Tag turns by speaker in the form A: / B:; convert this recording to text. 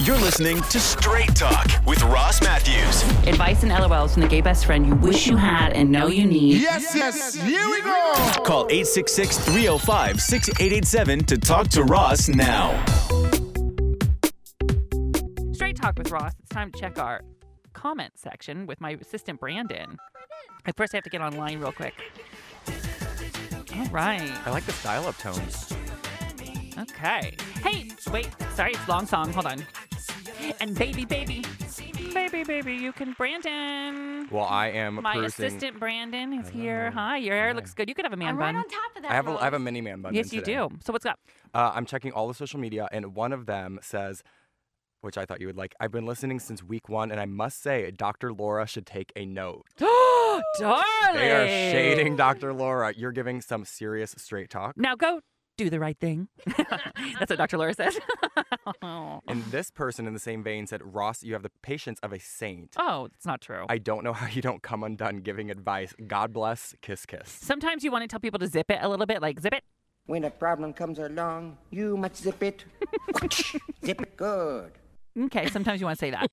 A: You're listening to Straight Talk with Ross Matthews.
B: Advice and LOLs from the gay best friend you wish you had and know you need.
C: Yes, yes, here we go.
A: Call 866 305 6887 to talk to Ross now.
D: Straight Talk with Ross. It's time to check our comment section with my assistant Brandon. I first have to get online real quick. All right.
E: I like the style up tones.
D: Okay. Hey, wait. Sorry, it's a long song. Hold on. And baby, baby, baby, baby, you can Brandon.
E: Well, I am
D: My
E: perusing-
D: assistant Brandon is here. Hi, your hair looks good. You could have a man
F: I'm
D: bun.
F: right on top of that.
E: I have a, I have a
F: Rose.
E: mini man bun.
D: yes, you do. So what's up?
E: Uh, I'm checking all the social media, and one of them says, which I thought you would like. I've been listening since week one, and I must say, Dr. Laura should take a note.
D: Darling.
E: They are shading Dr. Laura. You're giving some serious straight talk.
D: Now go do the right thing. That's what Dr. Laura says.
E: And this person in the same vein said, Ross, you have the patience of a saint.
D: Oh, that's not true.
E: I don't know how you don't come undone giving advice. God bless. Kiss, kiss.
D: Sometimes you want to tell people to zip it a little bit, like zip it.
G: When a problem comes along, you must zip it. zip it good.
D: Okay, sometimes you want to say that.